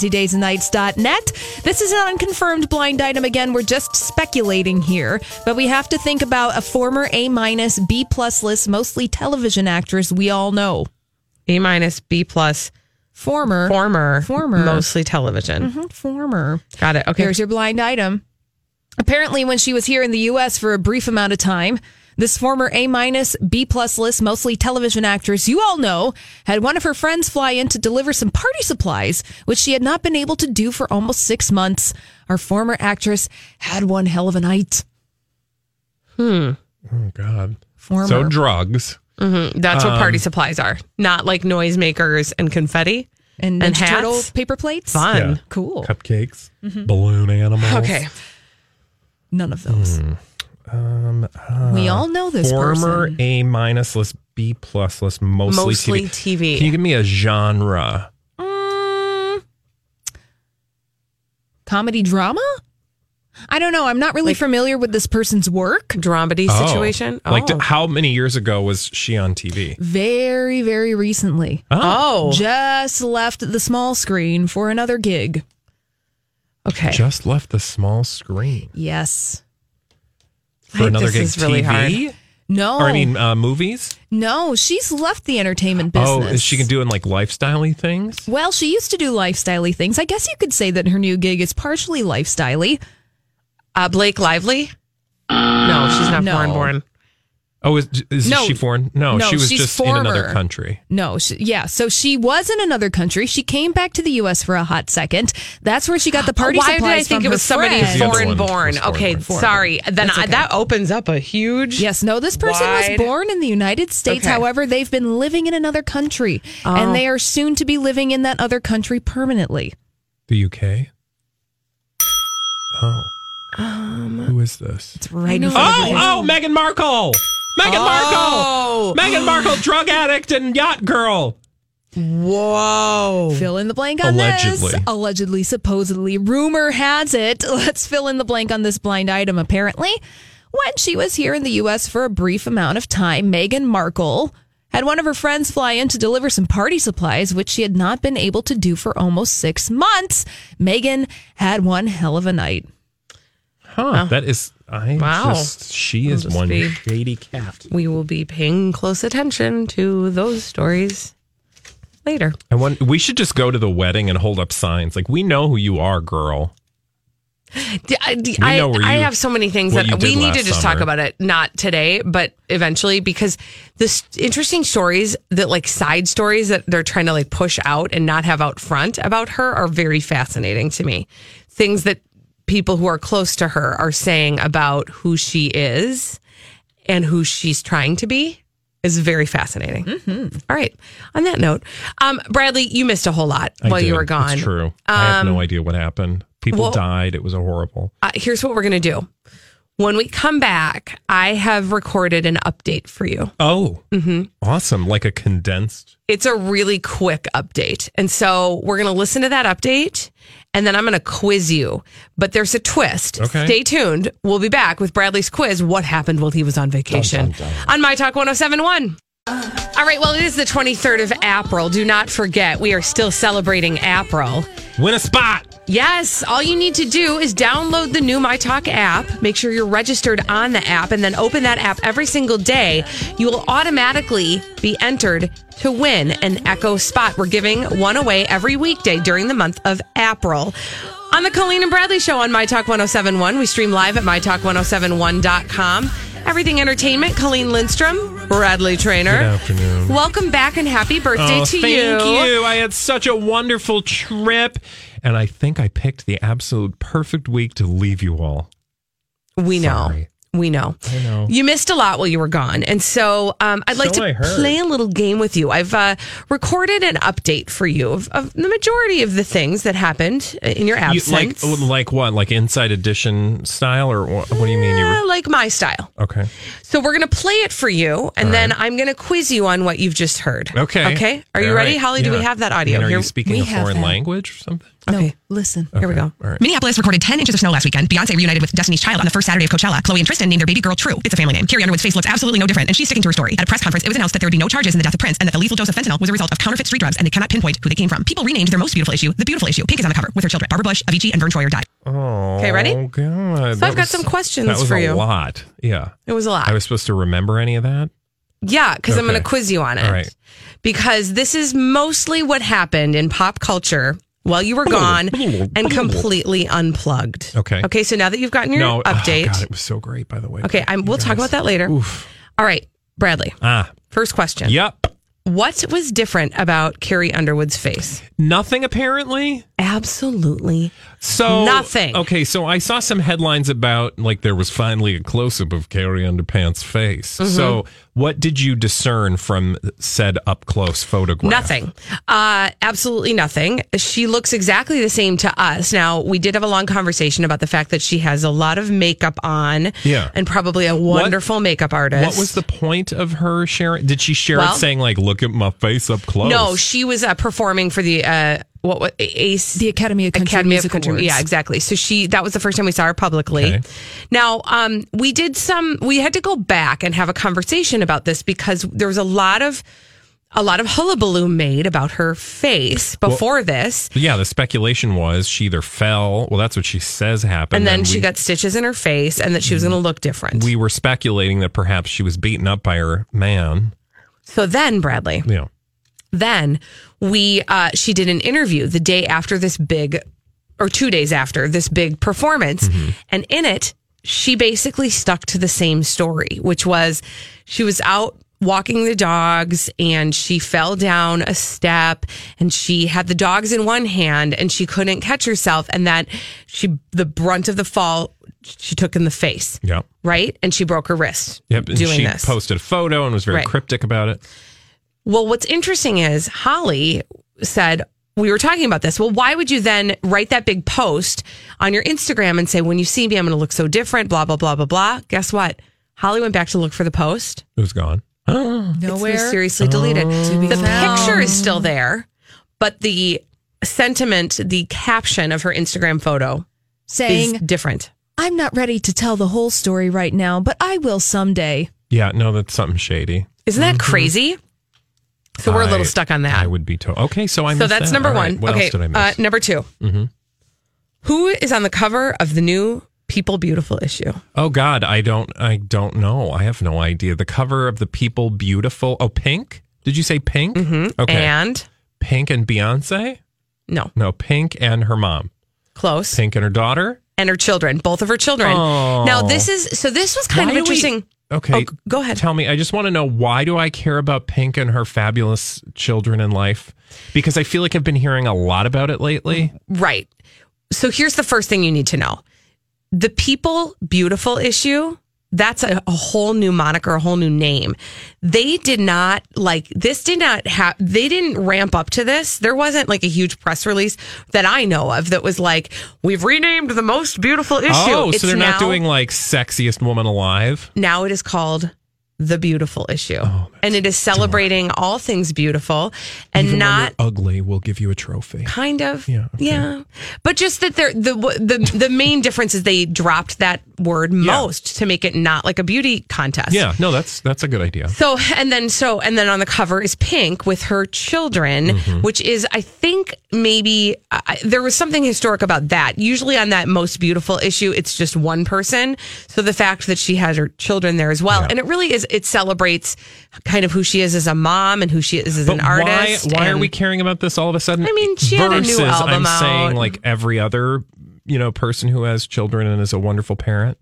Speaker 12: crazydaysandnights.net. This is an unconfirmed blind item again. We're just speculating here, but we have to think about a former A minus, B plus list, mostly television actress we all know.
Speaker 1: A minus. B plus.
Speaker 12: Former.
Speaker 1: Former. Mm-hmm.
Speaker 12: Former.
Speaker 1: Mostly television.
Speaker 12: Mhm, former.
Speaker 1: Got it. Okay.
Speaker 12: Here's your blind item. Apparently, when she was here in the U.S. for a brief amount of time, this former A minus, B plus list, mostly television actress you all know, had one of her friends fly in to deliver some party supplies, which she had not been able to do for almost six months. Our former actress had one hell of a night.
Speaker 1: hmm.
Speaker 2: Oh, God.
Speaker 12: Former.
Speaker 2: So, drugs.
Speaker 1: hmm That's what
Speaker 2: Um,
Speaker 1: party supplies are. Not like noisemakers and confetti
Speaker 12: and,
Speaker 1: and
Speaker 12: Ninja Turtle
Speaker 1: hats.
Speaker 12: paper plates.
Speaker 1: Fun. Mm-hmm.
Speaker 2: Yeah.
Speaker 12: Cool.
Speaker 2: Cupcakes, balloon animals.
Speaker 1: Okay.
Speaker 12: None of those.
Speaker 2: Hmm. Um, uh,
Speaker 12: We all know this
Speaker 2: former
Speaker 12: person.
Speaker 2: A minus list, B plus list, mostly,
Speaker 1: Mostly
Speaker 2: TV.
Speaker 1: TV.
Speaker 2: Can you give me a genre?
Speaker 12: Comedy drama? I don't know. I'm not really familiar with this person's work.
Speaker 1: Dramedy
Speaker 2: Oh.
Speaker 1: situation.
Speaker 2: Like, d- how many years ago was she on TV?
Speaker 12: Very, very recently.
Speaker 1: Oh.
Speaker 12: Just left the small screen for another gig.
Speaker 1: okay.
Speaker 2: Just left the small screen
Speaker 12: Yes.
Speaker 2: for
Speaker 1: Like,
Speaker 2: another
Speaker 1: this
Speaker 2: gig.
Speaker 1: is really
Speaker 2: TV?
Speaker 1: hard.
Speaker 12: No.
Speaker 2: Or I mean, uh, movies.
Speaker 12: no, she's left the entertainment business.
Speaker 2: Oh, is she can do in like lifestyley things?
Speaker 12: Well, she used to do lifestyley things. I guess you could say that her new gig is partially lifestyley.
Speaker 1: Uh, Blake Lively? No, she's not
Speaker 12: No.
Speaker 1: foreign born.
Speaker 2: Oh, is, is
Speaker 12: No.
Speaker 2: she foreign? No,
Speaker 12: No,
Speaker 2: she was
Speaker 12: she's
Speaker 2: just in another
Speaker 12: former.
Speaker 2: country.
Speaker 12: No, she, yeah. So she was in another country. She came back to the U.S. for a hot second. That's where she got the party
Speaker 1: Why did
Speaker 12: supplies
Speaker 1: I think it
Speaker 12: from her
Speaker 1: was somebody
Speaker 12: friend.
Speaker 1: foreign born? Okay, sorry. Then
Speaker 12: That's
Speaker 1: I,
Speaker 12: okay.
Speaker 1: that opens up a huge.
Speaker 12: Yes, no, this person
Speaker 1: Wide-
Speaker 12: was born in the United States.
Speaker 1: Okay.
Speaker 12: However, they've been living in another country
Speaker 1: Oh.
Speaker 12: and they are soon to be living in that other country permanently.
Speaker 2: The UK? Oh.
Speaker 1: Um,
Speaker 2: Who is this? It's
Speaker 12: right in
Speaker 2: Oh,
Speaker 12: front of your
Speaker 2: oh, Meghan Markle. Meghan
Speaker 1: Oh.
Speaker 2: Markle. Meghan Markle, drug addict and yacht girl.
Speaker 1: Whoa.
Speaker 12: Fill in the blank on
Speaker 2: Allegedly.
Speaker 12: this. Allegedly, supposedly, rumor has it. Let's fill in the blank on this blind item. Apparently, when she was here in the U.S. for a brief amount of time, Meghan Markle had one of her friends fly in to deliver some party supplies, which she had not been able to do for almost six months. Meghan had one hell of a night.
Speaker 2: Huh. That is. I
Speaker 1: Wow.
Speaker 2: Just, she is
Speaker 1: I'll just
Speaker 2: one
Speaker 1: be-
Speaker 2: shady cat.
Speaker 1: We will be paying close attention to those stories later.
Speaker 2: I want, we should just go to the wedding and hold up signs. Like, we know who you are, girl.
Speaker 1: D- I, d-
Speaker 2: We
Speaker 1: I-
Speaker 2: know where
Speaker 1: I
Speaker 2: you-
Speaker 1: have so many things
Speaker 2: what
Speaker 1: that
Speaker 2: you
Speaker 1: we
Speaker 2: did
Speaker 1: need to
Speaker 2: last
Speaker 1: just talk
Speaker 2: summer.
Speaker 1: about it, not today, but eventually, because the s- interesting stories that like side stories that they're trying to like push out and not have out front about her are very fascinating to me. Things that people who are close to her are saying about who she is and who she's trying to be is very fascinating.
Speaker 2: Mm-hmm.
Speaker 1: All right. On that note, um, Bradley, you missed a whole lot
Speaker 2: I
Speaker 1: while you
Speaker 2: did.
Speaker 1: were gone.
Speaker 2: It's true. I have
Speaker 1: Um,
Speaker 2: no idea what happened. People
Speaker 1: well-
Speaker 2: died. It was a horrible.
Speaker 1: uh, here's what we're going to do. When we come back, I have recorded an update for you.
Speaker 2: Oh,
Speaker 1: hmm
Speaker 2: awesome. Like a condensed.
Speaker 1: It's a really quick update. And so we're going to listen to that update and then I'm going to quiz you. But there's a twist.
Speaker 2: Okay.
Speaker 1: Stay tuned. We'll be back with Bradley's quiz What Happened While He Was on Vacation on My Talk 1071. All right, well, it is the 23rd of April. Do not forget, we are still celebrating April.
Speaker 2: Win a spot.
Speaker 1: Yes, all you need to do is download the new MyTalk app. Make sure you're registered on the app and then open that app every single day. You will automatically be entered to win an Echo spot. We're giving one away every weekday during the month of April. On the Colleen and Bradley show on MyTalk 1071, we stream live at mytalk1071.com. Everything Entertainment, Colleen Lindstrom, Bradley Trainer.
Speaker 2: Good afternoon.
Speaker 1: Welcome back and happy birthday
Speaker 2: oh,
Speaker 1: to
Speaker 2: thank you. I had such a wonderful trip. And I think I picked the absolute perfect week to leave you all.
Speaker 1: We know.
Speaker 2: Sorry.
Speaker 1: We know.
Speaker 2: I know.
Speaker 1: You missed a lot while you were gone. And so um, I'd like
Speaker 2: So I
Speaker 1: to
Speaker 2: heard.
Speaker 1: play a little game with you. I've uh, recorded an update for you of, of the majority of the things that happened in your
Speaker 2: You-
Speaker 1: absence.
Speaker 2: like, like what? Like Inside Edition style? Or what, what do you mean? You
Speaker 1: Uh,
Speaker 2: were,
Speaker 1: like my style.
Speaker 2: okay.
Speaker 1: So we're going to play it for you, and then I'm going to quiz you on what you've just heard.
Speaker 2: Okay.
Speaker 1: Okay. Are you
Speaker 2: All
Speaker 1: ready,
Speaker 2: right.
Speaker 1: Holly? Do we
Speaker 2: Yeah.
Speaker 1: have that audio?
Speaker 2: And are
Speaker 1: Here-
Speaker 2: you speaking
Speaker 1: we
Speaker 2: a
Speaker 1: have
Speaker 2: foreign
Speaker 1: that.
Speaker 2: language or something?
Speaker 1: Okay.
Speaker 12: Oh, Listen.
Speaker 2: Oh.
Speaker 1: Here we go.
Speaker 2: All right.
Speaker 16: Minneapolis recorded 10 inches of snow last weekend. Beyonce reunited with Destiny's Child on the first Saturday of Coachella. Chloe and Tristan named their baby girl True. It's a family name. Carrie Underwood's face looks absolutely no different, and she's sticking to her story. At a press conference, it was announced that there would be no charges in the death of Prince and that the lethal dose of fentanyl was a result of counterfeit street drugs, and they cannot pinpoint who they came from. People renamed their most beautiful issue the beautiful issue. Pink is on the cover with her children. Barbara Bush, Avicii, and Vern Troyer died.
Speaker 2: Oh,
Speaker 1: Okay, ready?
Speaker 2: God.
Speaker 1: So I've got some questions
Speaker 2: that was
Speaker 1: for
Speaker 2: a
Speaker 1: you.
Speaker 2: lot. Yeah.
Speaker 1: It was a lot.
Speaker 2: I was supposed to remember any of that?
Speaker 1: Yeah, because I'm going
Speaker 2: Okay.
Speaker 1: to quiz you on it.
Speaker 2: All right.
Speaker 1: Because this is mostly what happened in pop culture while you were gone and completely unplugged.
Speaker 2: Okay.
Speaker 1: Okay, so now that you've gotten your
Speaker 2: no, oh,
Speaker 1: update.
Speaker 2: God, it was so great, by the way.
Speaker 1: okay, I'm, we'll talk about that later. All right, Bradley.
Speaker 2: Ah,
Speaker 1: First question.
Speaker 2: yep.
Speaker 1: What was different about Carrie Underwood's face?
Speaker 2: Nothing apparently.
Speaker 1: Absolutely.
Speaker 2: So
Speaker 1: Nothing.
Speaker 2: Okay, so I saw some headlines about like there was finally a close up of Carrie Underpants' face.
Speaker 1: Mhm.
Speaker 2: So what did you discern from said up close photograph?
Speaker 1: Nothing. Uh, absolutely nothing. She looks exactly the same to us. Now, we did have a long conversation about the fact that she has a lot of makeup on.
Speaker 2: Yeah.
Speaker 1: And probably a
Speaker 2: What-
Speaker 1: wonderful makeup artist.
Speaker 2: What was the point of her sharing? Did she share
Speaker 1: Well-
Speaker 2: it saying like, "Look at my face up close"?
Speaker 1: No, she was uh, performing for the uh, what was Ace the
Speaker 12: Academy of Country Music Awards.
Speaker 1: Yeah, exactly. So she that was the first time we saw her publicly.
Speaker 12: Okay.
Speaker 1: Now um, we did some. We had to go back and have a conversation about this because there was a lot of a lot of hullabaloo made about her face before this.
Speaker 2: Yeah, the speculation was she either fell. Well, that's what she says happened.
Speaker 1: And, then, she
Speaker 2: we-
Speaker 1: got stitches in her face, and that she was going to look different.
Speaker 2: We were speculating that perhaps she was beaten up by her man.
Speaker 1: so then, Bradley,
Speaker 2: Yeah.
Speaker 1: then we uh, she did an
Speaker 2: Mm-hmm.
Speaker 1: interview the day after this big or two days after this big performance and in it she basically stuck to the same story, which was she was out walking the dogs and she fell down a step and she had the dogs in one hand and she couldn't catch herself and that she the brunt of the fall she took in the face.
Speaker 2: Yep.
Speaker 1: Right? And she broke her wrist
Speaker 2: Yep. And
Speaker 1: doing
Speaker 2: she
Speaker 1: this.
Speaker 2: posted a photo and was very
Speaker 1: Right.
Speaker 2: cryptic about it.
Speaker 1: Well, what's interesting is Holly said, we were talking about this. Well, why would you then write that big post on your Instagram and say, when you see me, I'm going to look so different, blah, blah, blah, blah, blah? Guess what? Holly went back to look for the post.
Speaker 2: It was gone. Oh.
Speaker 1: Nowhere. It's mysteriously deleted. the picture is still there, but the sentiment, the caption of her Instagram photo
Speaker 12: Saying-
Speaker 1: is different.
Speaker 12: I'm not ready to tell the whole story right now, but I will someday.
Speaker 2: Yeah, no, that's something shady.
Speaker 1: Isn't that crazy? So we're a
Speaker 2: Mm-hmm. I-
Speaker 1: little stuck on that.
Speaker 2: I would be told. Okay, so I
Speaker 1: so
Speaker 2: missed
Speaker 1: that's
Speaker 2: that.
Speaker 1: number
Speaker 2: All right,
Speaker 1: one.
Speaker 2: What
Speaker 1: okay.
Speaker 2: else did I miss?
Speaker 1: Uh, number two.
Speaker 2: mm-hmm.
Speaker 1: Who is on the cover of the new People Beautiful issue?
Speaker 2: Oh God, I don't, I don't know. I have no idea. The cover of the People Beautiful. Oh, Pink. Did you say Pink? Mm-hmm. Okay.
Speaker 1: And
Speaker 2: Pink and Beyonce.
Speaker 1: No.
Speaker 2: No, Pink and her mom.
Speaker 1: Close.
Speaker 2: Pink and her daughter.
Speaker 1: and her children, both of her children.
Speaker 2: Oh.
Speaker 1: Now this is so this was kind
Speaker 2: Why
Speaker 1: of
Speaker 2: do we-
Speaker 1: interesting.
Speaker 2: Okay.
Speaker 1: Oh, go ahead.
Speaker 2: Tell me. I just want to know why do I care about Pink and her fabulous children in life? Because I feel like I've been hearing a lot about it lately.
Speaker 1: Right. So here's the first thing you need to know. The people beautiful issue, that's a, a whole new moniker, a whole new name. They did not like this did not have they didn't ramp up to this. There wasn't like a huge press release that I know of that was like, We've renamed the most beautiful issue.
Speaker 2: Oh, so they're not
Speaker 1: now-
Speaker 2: doing like sexiest woman alive.
Speaker 1: Now it is called the beautiful issue.
Speaker 2: Oh,
Speaker 1: and it is celebrating all things beautiful and
Speaker 2: Even when
Speaker 1: not
Speaker 2: you're ugly. We'll give you a trophy.
Speaker 1: kind of
Speaker 2: Yeah, okay.
Speaker 1: yeah but just that they're the the the main difference is they dropped that word most to make it not like a beauty contest
Speaker 2: Yeah. No, that's that's a good idea.
Speaker 1: so and then so and then on the cover is pink with her children
Speaker 2: Mm-hmm.
Speaker 1: which is i think maybe I, there was something historic about that usually on that most beautiful issue it's just one person so the fact that she has her children there as well and it really is it celebrates kind of who she is as a mom and who she is as an artist
Speaker 2: Why, why are
Speaker 1: and-
Speaker 2: we caring about this all of a sudden?
Speaker 1: I mean, she had a new
Speaker 2: Versus, I'm
Speaker 1: album out.
Speaker 2: saying like every other you know person who has children and is a wonderful parent.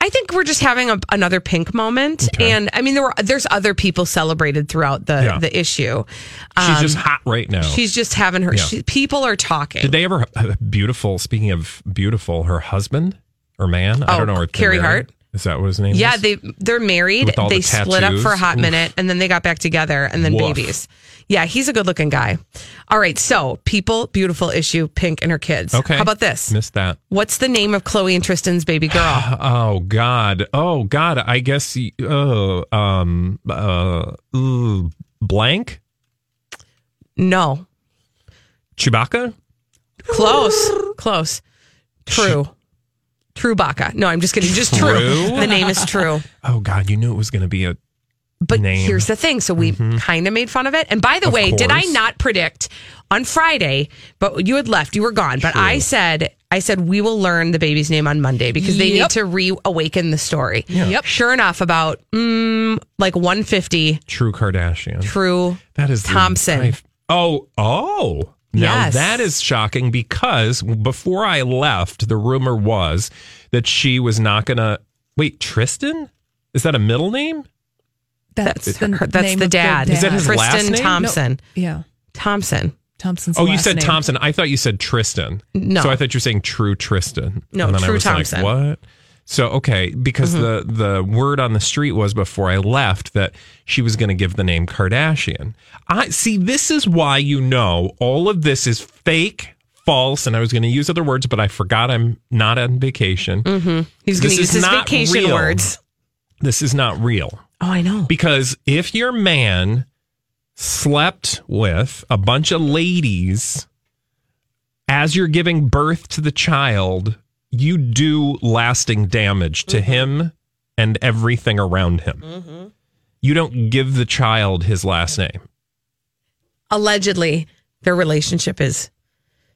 Speaker 1: I think we're just having a, another pink moment, and I mean there were there's other people celebrated throughout the
Speaker 2: Yeah.
Speaker 1: the issue.
Speaker 2: She's
Speaker 1: Um,
Speaker 2: just hot right now.
Speaker 1: She's just having her.
Speaker 2: Yeah.
Speaker 1: She, people are talking.
Speaker 2: Did they ever uh, beautiful? Speaking of beautiful, her husband or man? I
Speaker 1: Oh,
Speaker 2: don't know. Or
Speaker 1: Carrie Hart?
Speaker 2: Is that what his name?
Speaker 1: yeah,
Speaker 2: is?
Speaker 1: they they're married.
Speaker 2: With all
Speaker 1: they
Speaker 2: the
Speaker 1: split up for a hot
Speaker 2: tattoos.
Speaker 1: minute, and then they got back together, and then
Speaker 2: Woof.
Speaker 1: babies. Yeah, he's a good looking guy. All right, so people, beautiful issue, pink and her kids.
Speaker 2: Okay.
Speaker 1: how about this?
Speaker 2: Missed that.
Speaker 1: What's the name of Chloe and Tristan's baby girl?
Speaker 2: Oh God. Oh God. I guess. y- Oh. Um. Uh. ooh, Blank.
Speaker 1: no,
Speaker 2: Chewbacca.
Speaker 1: Close. Close. True. True Baca. No, I'm just kidding. Just true.
Speaker 2: True?
Speaker 1: The name is true.
Speaker 2: Oh God. You knew it was going to be a.
Speaker 1: But
Speaker 2: Name. Mm-hmm.
Speaker 1: here's the thing. So we kind of made fun of it. And by the
Speaker 2: Of
Speaker 1: way, did I
Speaker 2: course.
Speaker 1: not predict on Friday, but you had left, you were gone. But I said, I said, we will learn the baby's name on Monday because they need
Speaker 12: Yep.
Speaker 1: to reawaken the story.
Speaker 2: Yeah. Yep.
Speaker 1: Sure enough, about mm, like 150,
Speaker 2: True Kardashian.
Speaker 1: true
Speaker 2: That is the-
Speaker 1: Thompson.
Speaker 2: I've- oh, oh. Now
Speaker 1: Yes.
Speaker 2: that is shocking because before I left, the rumor was that she was not going to wait. Tristan, is that a middle name?
Speaker 12: That's,
Speaker 1: That's
Speaker 12: the
Speaker 1: her- that's
Speaker 12: name
Speaker 1: the
Speaker 12: of
Speaker 1: dad.
Speaker 2: Is that his
Speaker 1: Kristen
Speaker 2: last name?
Speaker 1: Thompson.
Speaker 12: No, yeah,
Speaker 1: Thompson.
Speaker 12: Thompson's.
Speaker 2: oh, you
Speaker 12: last
Speaker 2: said
Speaker 12: name.
Speaker 2: Thompson. I thought you said Tristan.
Speaker 1: No.
Speaker 2: so I thought you were saying True Tristan.
Speaker 1: No,
Speaker 2: and then I
Speaker 1: True
Speaker 2: was like,
Speaker 1: Thompson. Mm-hmm.
Speaker 2: what? So okay, because the the word on the street was before I left that she was going to give the name Kardashian. I see. This is why you know all of this is fake, false, and I was going to use other words, but I forgot. I'm not on vacation.
Speaker 1: Mm-hmm. He's going to
Speaker 2: This
Speaker 1: use
Speaker 2: is
Speaker 1: his
Speaker 2: not
Speaker 1: vacation
Speaker 2: real.
Speaker 1: words.
Speaker 2: This is not real.
Speaker 1: Oh, I know.
Speaker 2: Because if your man slept with a bunch of ladies as you're giving birth to the child, you do lasting damage
Speaker 1: Mm-hmm.
Speaker 2: to him and everything around him. You don't give the child his last
Speaker 1: Mm-hmm.
Speaker 2: name.
Speaker 1: Allegedly, their relationship is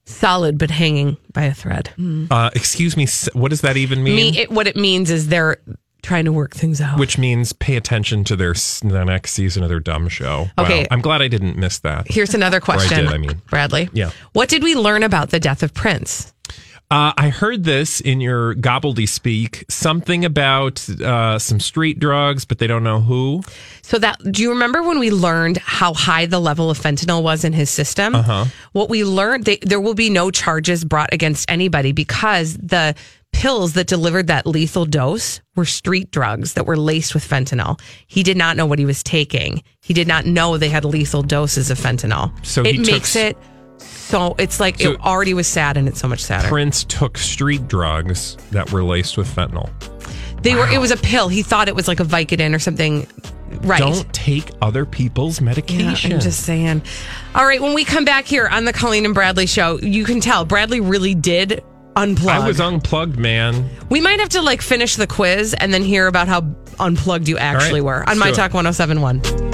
Speaker 1: solid but hanging by a thread.
Speaker 2: Uh, excuse me, s- what does that even mean?
Speaker 1: Me, it, what it means is they're trying to work things out.
Speaker 2: Which means pay attention to their s- the next season of their dumb show. Wow.
Speaker 1: Okay.
Speaker 2: I'm glad I didn't miss that.
Speaker 1: Here's another
Speaker 2: Or I
Speaker 1: question.
Speaker 2: did, I mean.
Speaker 1: Bradley.
Speaker 2: Yeah.
Speaker 1: What did we learn about the death of Prince?
Speaker 2: Uh, I heard this in your gobbledy something about uh, some street drugs, but they don't know who.
Speaker 1: So that do you remember when we learned how high the level of fentanyl was in his system?
Speaker 2: Uh-huh.
Speaker 1: What we learned, they, there will be no charges brought against anybody because the pills that delivered that lethal dose were street drugs that were laced with fentanyl. He did not know what he was taking. He did not know they had lethal doses of fentanyl.
Speaker 2: So
Speaker 1: it
Speaker 2: he took
Speaker 1: makes
Speaker 2: s-
Speaker 1: it so it's like
Speaker 2: So-
Speaker 1: it already was sad and it's so much sadder.
Speaker 2: Prince took street drugs that were laced with fentanyl.
Speaker 1: They were. It was a pill. He thought it was like a Vicodin or something. Right.
Speaker 2: Don't take other people's
Speaker 1: Yeah,
Speaker 2: medication.
Speaker 1: I'm just saying. All right. When we come back here on the Colleen and Bradley show, you can tell Bradley really did unplug.
Speaker 2: I was unplugged, man.
Speaker 1: we might have to like finish the quiz and then hear about how unplugged you actually
Speaker 2: All right,
Speaker 1: were on
Speaker 2: let's
Speaker 1: My
Speaker 2: do it.
Speaker 1: Talk 1071.